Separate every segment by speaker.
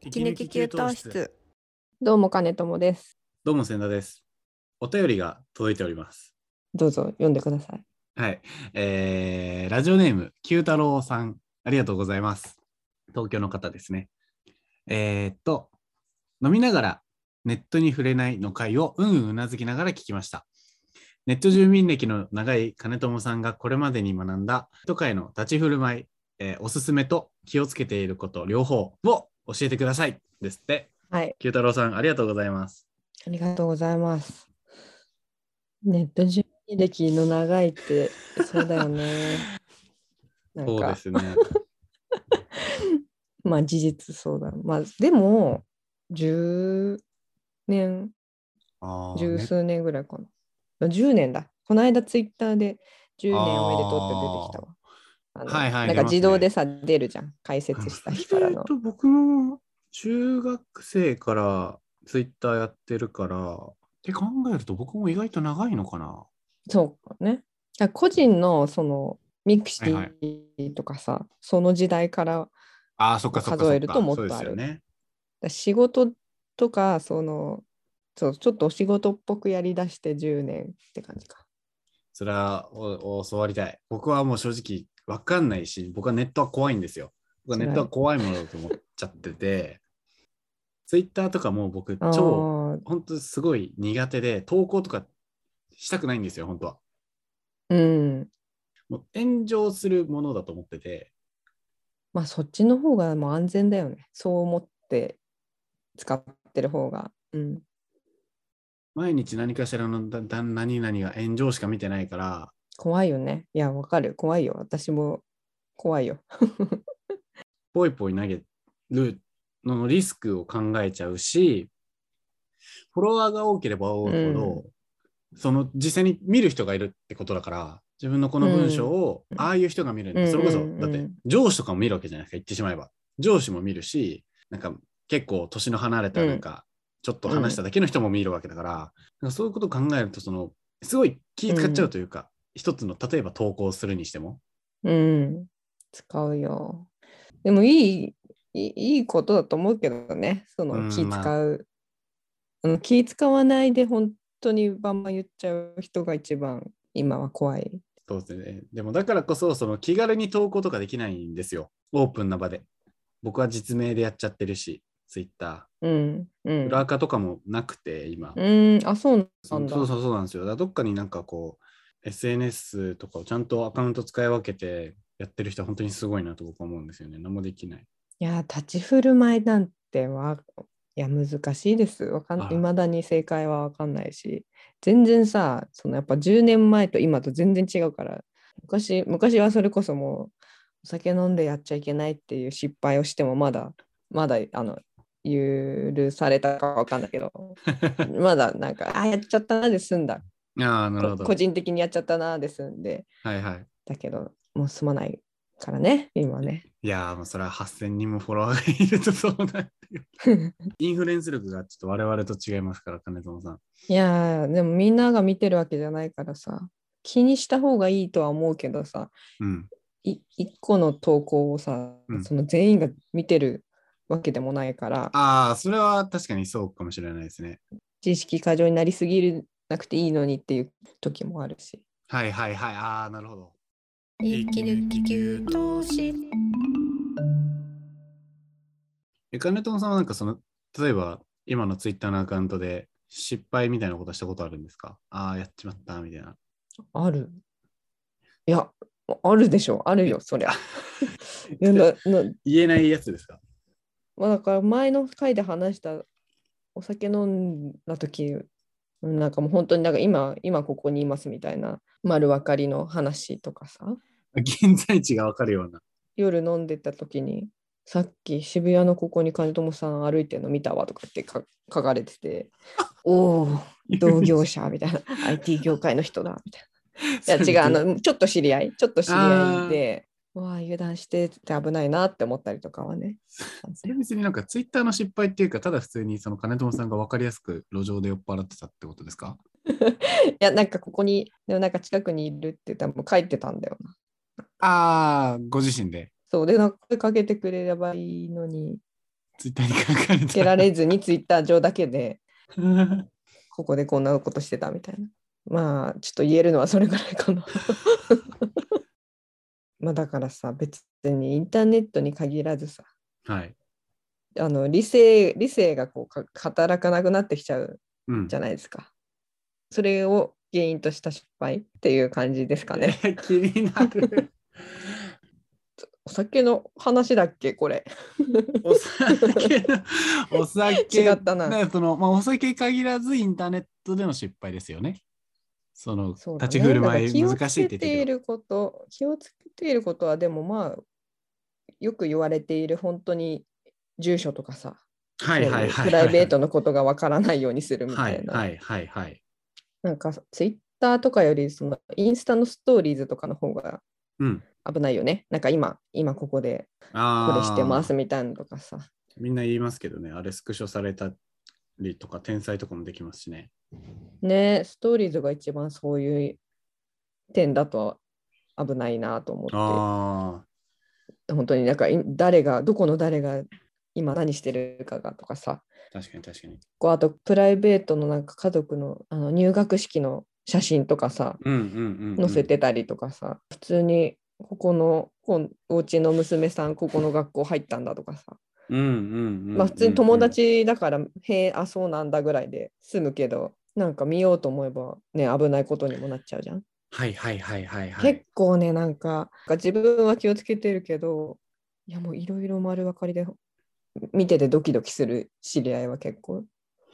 Speaker 1: 息抜き給湯室。
Speaker 2: どうも金友です。
Speaker 1: どうも千田です。お便りが届いております。
Speaker 2: どうぞ読んでください。
Speaker 1: はい、えーラジオネーム九太郎さん、ありがとうございます。東京の方ですね。えーっと、飲みながらネットに触れないの回をうんうんうなずきながら聞きました。ネット住民歴の長い金友さんがこれまでに学んだ都会の立ち振る舞い、えーおすすめと気をつけていること両方を教えてくださいですって。
Speaker 2: はい、
Speaker 1: 九太郎さん、ありがとうございます。
Speaker 2: ありがとうございます。ネット準備歴の長いって、そうだ よね。なん
Speaker 1: そうで
Speaker 2: か、
Speaker 1: すね。
Speaker 2: まあ事実そうだ。まあでも、10年、
Speaker 1: あー
Speaker 2: 十
Speaker 1: ね
Speaker 2: 数年ぐらいかな。10年だ。この間ツイッターで10年おめでとうって出てきたわ。あの
Speaker 1: はいはい
Speaker 2: なん
Speaker 1: 出
Speaker 2: か
Speaker 1: ますね
Speaker 2: 自動でさ、出るじゃん。解説した日からの
Speaker 1: そ。れで言うと僕も中学生からツイッターやってるから、って考えると僕も意外と長いのかな。
Speaker 2: そうかね。あ個人のそのミクシ
Speaker 1: はいは
Speaker 2: ィとかさ、その時代から
Speaker 1: ああ、そっかそっかそっか。
Speaker 2: 数えるともっとある
Speaker 1: そうですよね。
Speaker 2: だ仕事とかそのそうちょっとお仕事っぽくやりだして10年って感じか。
Speaker 1: それはおお教わりたい。僕はもう正直わかんないし、僕はネットは怖いんですよ。僕はネットは怖いものだと思っちゃってて、ツイッターとかもう僕
Speaker 2: あ
Speaker 1: 超、
Speaker 2: ー
Speaker 1: 本当すごい苦手で、投稿とかしたくないんですよ、本当は。
Speaker 2: うん。
Speaker 1: もう炎上するものだと思ってて、
Speaker 2: まあそっちの方がもう安全だよね。そう思って使ってる方が。うん。
Speaker 1: 毎日何かしらのだだ何々が炎上しか見てないから、
Speaker 2: 怖いよね。いや、わかる。怖いよ。私も怖いよ。
Speaker 1: ぽいぽい投げるののリスクを考えちゃうし、フォロワーが多ければ多いほど、その実際に見る人がいるってことだから、自分のこの文章を
Speaker 2: うん
Speaker 1: ああいう人が見るんで、
Speaker 2: うん
Speaker 1: それこそ、
Speaker 2: うん
Speaker 1: だっ
Speaker 2: う
Speaker 1: て
Speaker 2: ん
Speaker 1: 上司とかも見るわけじゃないですか、言ってしまえば。上司も見るし、なんか結構年の離れたなんか、ちょっと話しただけの人も見るわけだから、なんかそういうことを考えると、その、すごい気使っちゃうというか、一つの、例えば投稿するにしても、
Speaker 2: うん、使うよ。でもいい、いいいいことだと思うけどね、そ
Speaker 1: うん
Speaker 2: の気
Speaker 1: まあ
Speaker 2: 使う。うん気使わないで本当にバンバン言っちゃう人が一番今は怖い。
Speaker 1: そうですね。でもだからこそ、その気軽に投稿とかできないんですよ。オープンな場で。僕は実名でやっちゃってるし、ツイッタ
Speaker 2: うん、う
Speaker 1: ー。
Speaker 2: ん。
Speaker 1: 裏垢とかもなくて、今。
Speaker 2: うん、あ、そう
Speaker 1: そ
Speaker 2: なん
Speaker 1: う
Speaker 2: だ。
Speaker 1: そうそうそうなんですよ。だからどっかになんかこう、SNS とかをちゃんとアカウント使い分けてやってる人は本当にすごいなと僕は思うんですよね。何もできない。
Speaker 2: いや、立ち振る舞いなんては、いや、難しいです。わかん、
Speaker 1: はい
Speaker 2: いまだに正解はわかんないし、全然さ、そのやっぱ10年前と今と全然違うから、昔、昔はそれこそもう、お酒飲んでやっちゃいけないっていう失敗をしても、まだ、まだ、あの、許されたかわかんない けど、まだなんか、あ、やっちゃったなで済んだ。
Speaker 1: ああ、なるほ
Speaker 2: こ
Speaker 1: ど。
Speaker 2: 個人的にやっちゃったなで済んで、
Speaker 1: はいはい。
Speaker 2: だけど、もう済まないからね、今ね。
Speaker 1: いやー、もうそれは8000人もフォロワーがいるとそうなってる。 インフルエンス力がちょっと我々と違いますから、金友さん。
Speaker 2: いやーでもみんなが見てるわけじゃないからさ気にした方がいいとは思うけどさ
Speaker 1: うん。
Speaker 2: い一個の投稿をさ、
Speaker 1: うん
Speaker 2: その全員が見てるわけでもないから
Speaker 1: ああ、それは確かにそうかもしれないですね。
Speaker 2: 知識過剰になりすぎなくていいのにっていう時もあるし。
Speaker 1: はいはいはい。ああ、なるほど。
Speaker 2: 息抜き給湯室
Speaker 1: え、金友さんはなんかその、例えば今のツイッターのアカウントで失敗みたいなことしたことあるんですかああ、やっちまったみたいな。
Speaker 2: あるいやあるでしょあるよ そりゃ。いやなな
Speaker 1: 言えないやつですか
Speaker 2: まあ、だから前の回で話したお酒飲んだ時うんなんかもう本当になんか今今ここにいますみたいな丸分かりの話とかさ
Speaker 1: 現在地がわかるような。
Speaker 2: 夜飲んでた時にさっき渋谷のここに金友さん歩いてるの見たわとかってか書かれて ておお 同業者みたい な IT 業界の人だみたい ないや違うあ。のちょっと知り合いちょっと知り合いでうわあ油断してて危ないなって思ったりとかはね
Speaker 1: それ別になんかツイッターの失敗っていうか、ただ普通にその金友さんがわかりやすく路上で酔っ払ってたってことですか
Speaker 2: いや、なんかここに、でもなんか近くにいるって多分書いてたんだよな。
Speaker 1: ああ、ご自身で。
Speaker 2: そうで、なんか声かけてくれればいいのに、
Speaker 1: ツイッターに書かれ
Speaker 2: つけら
Speaker 1: た。
Speaker 2: れずにツイッター上だけで、ここでこんなことしてたみたいな。まあ、ちょっと言えるのはそれぐらいかな。 まあ、だからさ、別にインターネットに限らずさ、
Speaker 1: はい。
Speaker 2: あの理性理性がこうか働かなくなってきちゃう
Speaker 1: うん
Speaker 2: じ。ゃないですか。それを原因とした失敗っていう感じですかね。
Speaker 1: 気になる。
Speaker 2: お酒の話だっけこれ。
Speaker 1: お酒の、お酒。
Speaker 2: 違ったな
Speaker 1: だからその、まあ、お酒限らずインターネットでの失敗ですよね。その、
Speaker 2: そうだね
Speaker 1: 立ち振る舞
Speaker 2: だ
Speaker 1: い
Speaker 2: から
Speaker 1: 難しいって言ってたけ
Speaker 2: 気をつけてい
Speaker 1: ど
Speaker 2: ること、気をつけていることはでもまあ、よく言われている本当に住所とかさ、
Speaker 1: はいはいはいはい。
Speaker 2: プライベートのことがわからないようにするみた
Speaker 1: はいい
Speaker 2: な。
Speaker 1: はいはいはい。
Speaker 2: なんかツイッターとかよりそのインスタのストーリーズとかの方が
Speaker 1: うん。
Speaker 2: 危ないよね。なんか今、今ここで
Speaker 1: ああ。
Speaker 2: これしてますみたいなのとかさ。
Speaker 1: みんな言いますけどね、あれスクショされたりとか、天才とかもできますしね。
Speaker 2: ねストーリーズが一番そういう点だと危ないなと思っ
Speaker 1: ああ。
Speaker 2: て本当になんかい誰がどこの誰が今何してるかがとかさ
Speaker 1: 確かに確かに。
Speaker 2: こうあとプライベートのなんか家族のあの入学式の写真とかさ
Speaker 1: うんうんうん、うん。
Speaker 2: 載せてたりとかさ普通にここのこんお家の娘さんここの学校入ったんだとかさ
Speaker 1: うんうんうん、うん。
Speaker 2: まあ普通に友達だからへえあそうなんだぐらいで済むけどなんか見ようと思えばね危ないことにもなっちゃうじゃん。
Speaker 1: はいはいはいはいはい。
Speaker 2: 結構ねなんか自分は気をつけてるけどいやもういろいろ丸分かりで見ててドキドキする知り合いは結構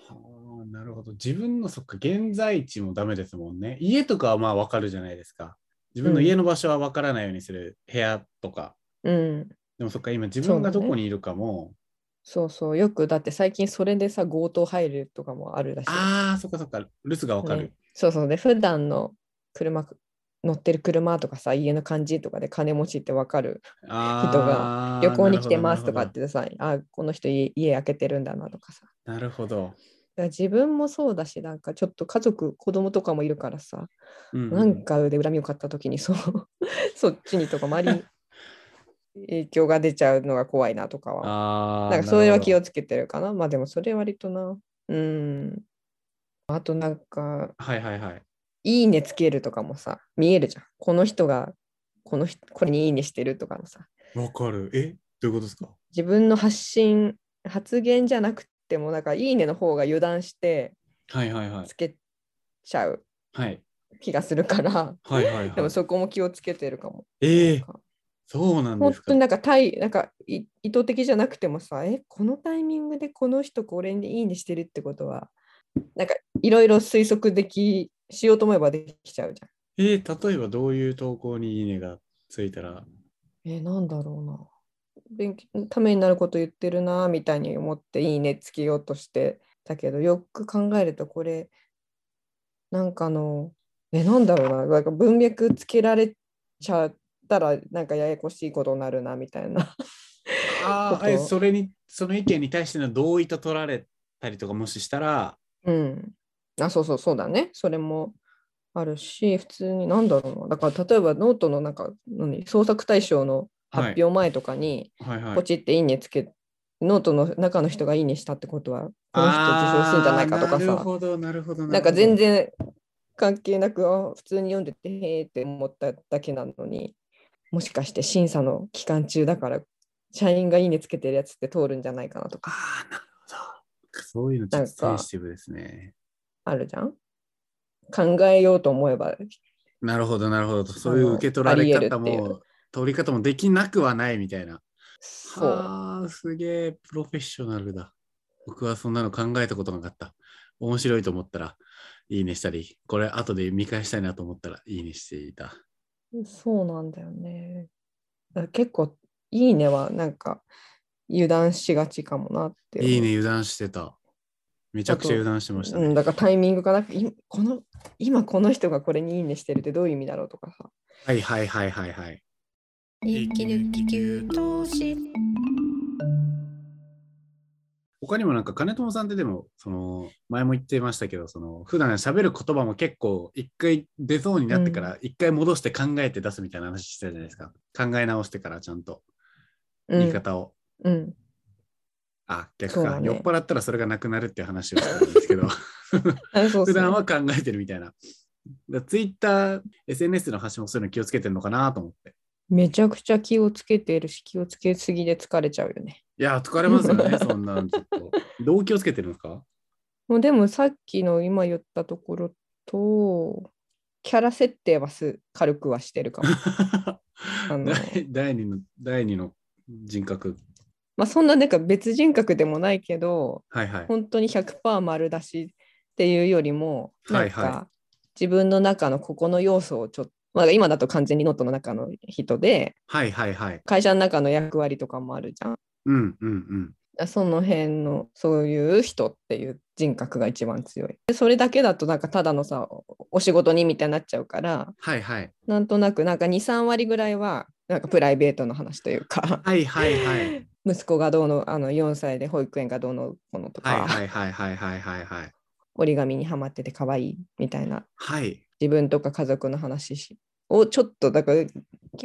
Speaker 1: はあなるほど。自分のそっか、現在地もダメですもんね。家とかはまあわかるじゃないですか。自分の家の場所はわからないようにする部屋とか。
Speaker 2: うん
Speaker 1: でもそっか、今自分が
Speaker 2: そうだ
Speaker 1: ど
Speaker 2: ね
Speaker 1: こにいるかも。
Speaker 2: そうそうよくだって最近それでさ強盗入るとかもあるらしい
Speaker 1: ああ、そっかそっか、留守がわか
Speaker 2: ね
Speaker 1: る。
Speaker 2: そうそうで普段の車乗ってる車とかさ家の感じとかで金持ちって分かる
Speaker 1: あ
Speaker 2: 人が旅行に来てますとかっ
Speaker 1: って。
Speaker 2: てさあこの人家家開けてるんだなとかさだか
Speaker 1: なるほど。
Speaker 2: ら自分もそうだしなんかちょっと家族子供とかもいるからさ
Speaker 1: うう
Speaker 2: なんかで恨みを買った時にそう そっちにとかまり 影響が出ちゃうのが怖いなとかは
Speaker 1: あ
Speaker 2: なんかそれは気を
Speaker 1: つ
Speaker 2: つけてるかなまあでもそれ割となうんあとなんか
Speaker 1: はいはいはい。
Speaker 2: 「いいね」つけるとかもさ見えるじゃんこの人がこの人これに「いいね」してるとかもさ
Speaker 1: わかる。えどういうことですか
Speaker 2: 自分の発信発言じゃなくてもなんか「いいね」の方が油断して
Speaker 1: はいはいはい
Speaker 2: つ。けちゃう
Speaker 1: はい。
Speaker 2: 気がするから
Speaker 1: はいはい、はい。
Speaker 2: でもそこも気をつけてるかも。
Speaker 1: ええ
Speaker 2: なんか
Speaker 1: そうなんで
Speaker 2: 本
Speaker 1: すか
Speaker 2: 当に。なんか対なんかい意図的じゃなくてもさえこのタイミングでこの人これにいいねしてるってことはなんかいろいろ推測できしようと思えばできちゃうじゃ
Speaker 1: えー例えばどういう投稿にいいねがついたら。
Speaker 2: ん。えなんだろうな。勉強ためになること言ってるなみたいに思っていいねつけようとしてたけどよく考えるとこれなんかあのえなんだろうななんか文脈つけられちゃったらなんかややこしいことになるなみたいな。
Speaker 1: あ
Speaker 2: こと
Speaker 1: あ、えそれに、その意見に対しての同意と取られたりとかもししたら、
Speaker 2: うん。あ、そうそうそうだね。それもあるし、普通に何だろうな。だから例えばノートのなんか何創作対象の発表前とかに、
Speaker 1: はいはい。
Speaker 2: ポチっていいねつけ、ノートの中の人がいいねしたってことは、この人受賞するんじゃないかとか
Speaker 1: あーなる
Speaker 2: さ、
Speaker 1: ほど、なるほど。
Speaker 2: なんか全
Speaker 1: 然。
Speaker 2: 然関係なく、あ普通に読んでて、へーって思っただけなのに、もしかして審査の期間中だから、社員がいいねつけてるやつって通るんじゃないかなとか
Speaker 1: ああ、なるほど。そういうのちょっとセンシティブですね。
Speaker 2: あるじゃん。考えようと思えば
Speaker 1: なるほど、なるほど。そういう受け取ら
Speaker 2: あり
Speaker 1: れ方
Speaker 2: 得るっていう
Speaker 1: も、取り方もできなくはないみたいな。
Speaker 2: そう。
Speaker 1: ああ、すげえ、プロフェッショナルだ。僕はそんなの考えたことなかった。面白いと思ったら、いいねしたり、これ後で見返したいなと思ったら、いいねしていた。
Speaker 2: そうなんだよね。だから結構、いいねはなんか油断しがちかもなって思う。
Speaker 1: いいね、油断してた。めちゃくちゃ油断してました
Speaker 2: うん、
Speaker 1: ね。
Speaker 2: だからタイミングがなく、いこの今この人がこれにいいねしてるってどういう意味だろうとかさ。
Speaker 1: はいはいはいはいはい。他にもなんか金友さんってでもその前も言ってましたけどその普段喋る言葉も結構一回出そうになってから一回戻して考えて出すみたいな話してたじゃないですか、考え直してからちゃんと
Speaker 2: う
Speaker 1: 言い
Speaker 2: ん、
Speaker 1: 方を、
Speaker 2: うん、
Speaker 1: あ、逆
Speaker 2: そう
Speaker 1: か、
Speaker 2: だね
Speaker 1: 酔っ払ったらそれがなくなるっていう話をしたんですけ ど、
Speaker 2: あそうそう
Speaker 1: 普段は考えてるみたいな。ツイッター、SNS の発信もそういうの気をつけてるのかなと思って。
Speaker 2: めちゃくちゃ気をつけてるし、気をつけすぎで疲れちゃうよね。
Speaker 1: いや、疲れますよ ね、そんなんちょっと。どう気をつけてるんですか
Speaker 2: もうでもさっきの今言ったところと、キャラ設定はす軽くはしてるか も。の
Speaker 1: 第第二の、第二の人格。
Speaker 2: まあそんななんか別人格でもないけど、
Speaker 1: はいはい。
Speaker 2: 本当に100%丸出しっていうよりも、
Speaker 1: はい
Speaker 2: な
Speaker 1: はい
Speaker 2: んか自分の中のここの要素をちょっと、まあ、今だと完全にノットの中の人で、
Speaker 1: はいはいはい。
Speaker 2: 会社の中の役割とかもあるじゃん。
Speaker 1: うんうんうん。
Speaker 2: その辺のそういう人っていう人格が一番強い。でそれだけだとなんかただのさおお仕事にみたいになっちゃうから
Speaker 1: はいはい。
Speaker 2: なんとなくなんか23割ぐらいはなんかプライベートの話というか
Speaker 1: はいはいはい。
Speaker 2: 息子がどうのあの4歳で保育園がどうのこのとか、
Speaker 1: はいはいはいはいはいはいはい。
Speaker 2: 折り紙にはまってて可愛いみたいな
Speaker 1: はい。
Speaker 2: 自分とか家族の話しをちょっとだから決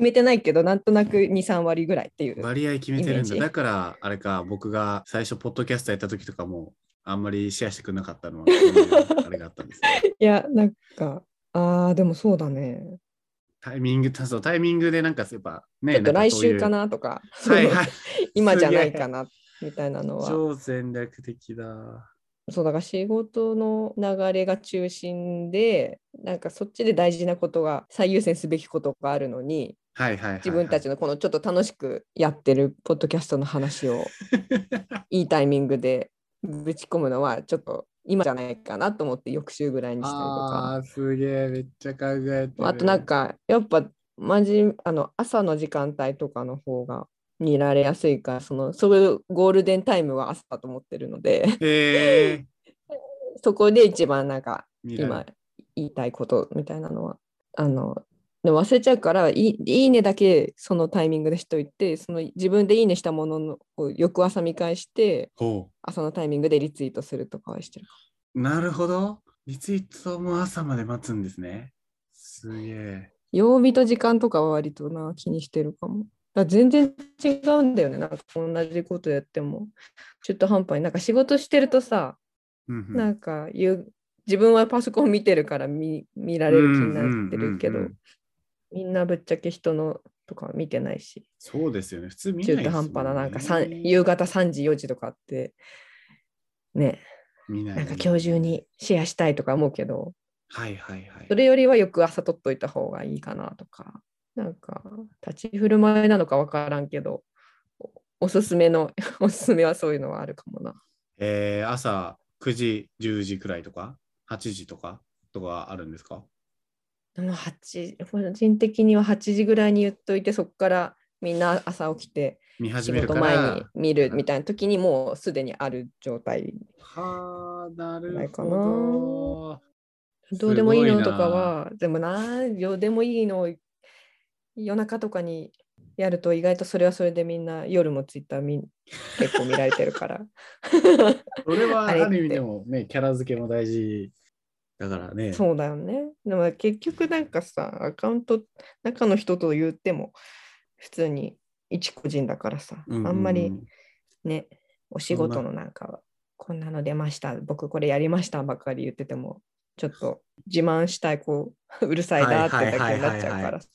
Speaker 2: めてないけどなんとなく23割ぐらいっていう。
Speaker 1: 割合決めてるん
Speaker 2: イメ
Speaker 1: だ。
Speaker 2: ージ
Speaker 1: だから、あれか、僕が最初、ポッドキャストやった時とかも、あんまりシェアしてくれなかった のは、あれがあったんですね。
Speaker 2: いやなんかあーでもそうだね。
Speaker 1: タイミング、たそうタイミングでなんか、やっぱね、
Speaker 2: ちょっと
Speaker 1: ん
Speaker 2: 来
Speaker 1: そういう
Speaker 2: 週か。なとか。
Speaker 1: はい はい。
Speaker 2: 今じゃないか
Speaker 1: な。
Speaker 2: なみたいなのは
Speaker 1: 超戦略的だ。
Speaker 2: そうだから仕事の流れが中心でなんかそっちで大事なことが最優先すべきことがあるのに
Speaker 1: はいはいはい、はい。
Speaker 2: 自分たちのこのちょっと楽しくやってるポッドキャストの話をいいタイミングでぶち込むのはちょっと今じゃないかなと思って翌週ぐらいにしたりとか
Speaker 1: ああー、すげえ、めっちゃ考えて
Speaker 2: ま
Speaker 1: る。
Speaker 2: ああとなんかやっぱまじあの朝の時間帯とかの方が見られやすいからそのそういうゴールデンタイムは朝だと思ってるので。
Speaker 1: へえ。
Speaker 2: そこで一番なんか
Speaker 1: 見られ
Speaker 2: 今言いたいことみたいなのはあのでも忘れちゃうからいい「いいね」だけそのタイミングでしといてその自分で「いいね」したもののを翌朝見返して
Speaker 1: ほ
Speaker 2: 朝のタイミングでリツイートするとかはしてるか
Speaker 1: う。なるほど。リツイートも朝まで待つんですね。すげえ。
Speaker 2: 曜日と時間とかは割とな気にしてるかも。だから全然違うんだよねなんか同じことやってもちょっと半端になんか仕事してるとさ
Speaker 1: うんうん
Speaker 2: なんか言う自分はパソコン見てるから見見られる気になってるけど
Speaker 1: うんうんうんうん
Speaker 2: みんなぶっちゃけ人のとか見てないし
Speaker 1: そうですよね。普通見ない
Speaker 2: 中
Speaker 1: です
Speaker 2: 途
Speaker 1: も
Speaker 2: 半
Speaker 1: ね
Speaker 2: 端ななんかさん夕方3時4時とかあってね
Speaker 1: 見ない
Speaker 2: なんか今日中。にシェアしたいとか思うけど
Speaker 1: はいはいはい。
Speaker 2: それよりは翌朝取っといた方がいいかなとかなんか立ち振る舞いなのか分からんけどおおすすめの おすすめはそういうのはあるかもな
Speaker 1: えー朝9時、10時くらいとか、8時とかとかあるんですか
Speaker 2: でも8個人的には8時ぐらいに言っといてそこからみんな朝起きて
Speaker 1: 見始
Speaker 2: 仕
Speaker 1: める
Speaker 2: 事
Speaker 1: から。
Speaker 2: 前に見るみたいな時にもうすでにある状態
Speaker 1: はあ、な
Speaker 2: ぐら
Speaker 1: る
Speaker 2: いかな
Speaker 1: ほど。
Speaker 2: どうでもいいのとかはでもなどうでもいいのを夜中とかにやると意外とそれはそれでみんな夜もツイッター見結構見られてるから
Speaker 1: それはあ
Speaker 2: あれって
Speaker 1: る意味でもね、キャラ付けも大事だからね。
Speaker 2: そうだよねでも結局なんかさアカウント中の人と言っても普通に一個人だからさ、
Speaker 1: ううう
Speaker 2: あんまりね、お仕
Speaker 1: そんな
Speaker 2: 事のなんかは、こんなの出ました、僕これやりましたばっかり言ってても、ちょっと自慢したい、こう、 うるさいなってだけになっちゃうからさ。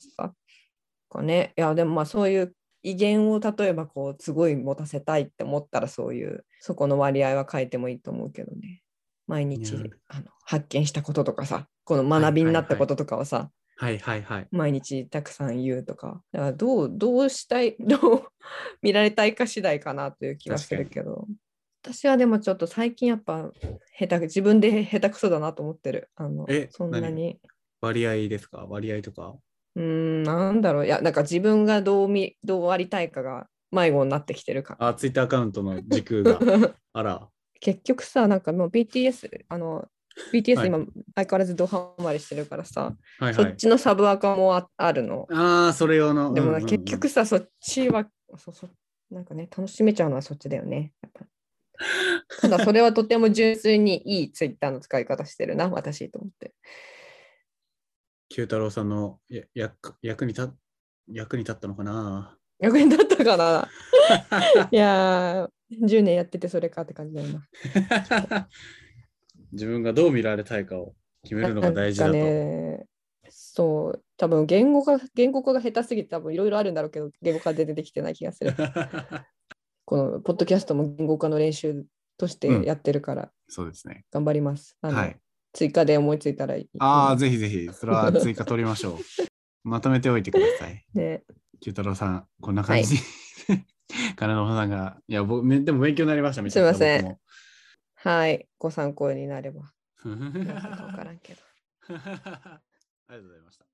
Speaker 2: こうね、いや、でもまあそういう威厳を例えばこう、すごい持たせたいって思ったら、そういう、そこの割合は変えてもいいと思うけどね。毎日
Speaker 1: いや
Speaker 2: あの発見したこととかさ、この学びになったこととかをさ、
Speaker 1: はいはいはい。
Speaker 2: 毎日たくさん言うとかだからどうどうしたい どう見られたいか次第かなという気がするけど私はでもちょっと最近やっぱ下手く自分で下手くそだなと思ってるあの
Speaker 1: え
Speaker 2: そんなに
Speaker 1: 割合ですか割合とか。
Speaker 2: うーんなんだろういやなんか自分がどうみどうありたいかが迷子になってきてるか
Speaker 1: あ、ツイッターアカウントの時空が。 あら。
Speaker 2: 結局さなんかもう BTS あの
Speaker 1: は
Speaker 2: BTS
Speaker 1: い
Speaker 2: 今相変わらずドハマりしてるからさ、
Speaker 1: はいは
Speaker 2: そっ
Speaker 1: い。
Speaker 2: ちのサブアカもああるの
Speaker 1: ああ、それ用の。
Speaker 2: でも
Speaker 1: うんう
Speaker 2: なん
Speaker 1: うん
Speaker 2: 結局さ、そっちはそそ、なんかね、楽しめちゃうのはそっちだよね。やっぱただ、それはとても純粋にいいツイッターの使い方してるな、私と思って。
Speaker 1: 九太郎さんのや役役に立役に立ったのかな
Speaker 2: 役に立ったかないやー、10年やっててそれかって感じだよな。
Speaker 1: 自分がどう見られたいかを決めるのが大事だと。
Speaker 2: なんかね、そう、多分言語化、言語化が下手すぎて多分いろいろあるんだろうけど、言語化で出てきてない気 がする。このポッドキャストも言語化の練習としてやってるから、
Speaker 1: そうですね。
Speaker 2: 頑張ります。あの
Speaker 1: はい。
Speaker 2: 追加で思いついたらいい。
Speaker 1: ああ、ぜひぜひ、それは追加取りましょ う。まとめておいてください。
Speaker 2: ね、
Speaker 1: 九太郎さん、こんな感じ。 金のさんが、いや、僕、めでも勉強になりました、みたいな。
Speaker 2: すいません
Speaker 1: 僕も。
Speaker 2: はい、 ご参考になれば。なんかわからんけど。
Speaker 1: ありがとうございました。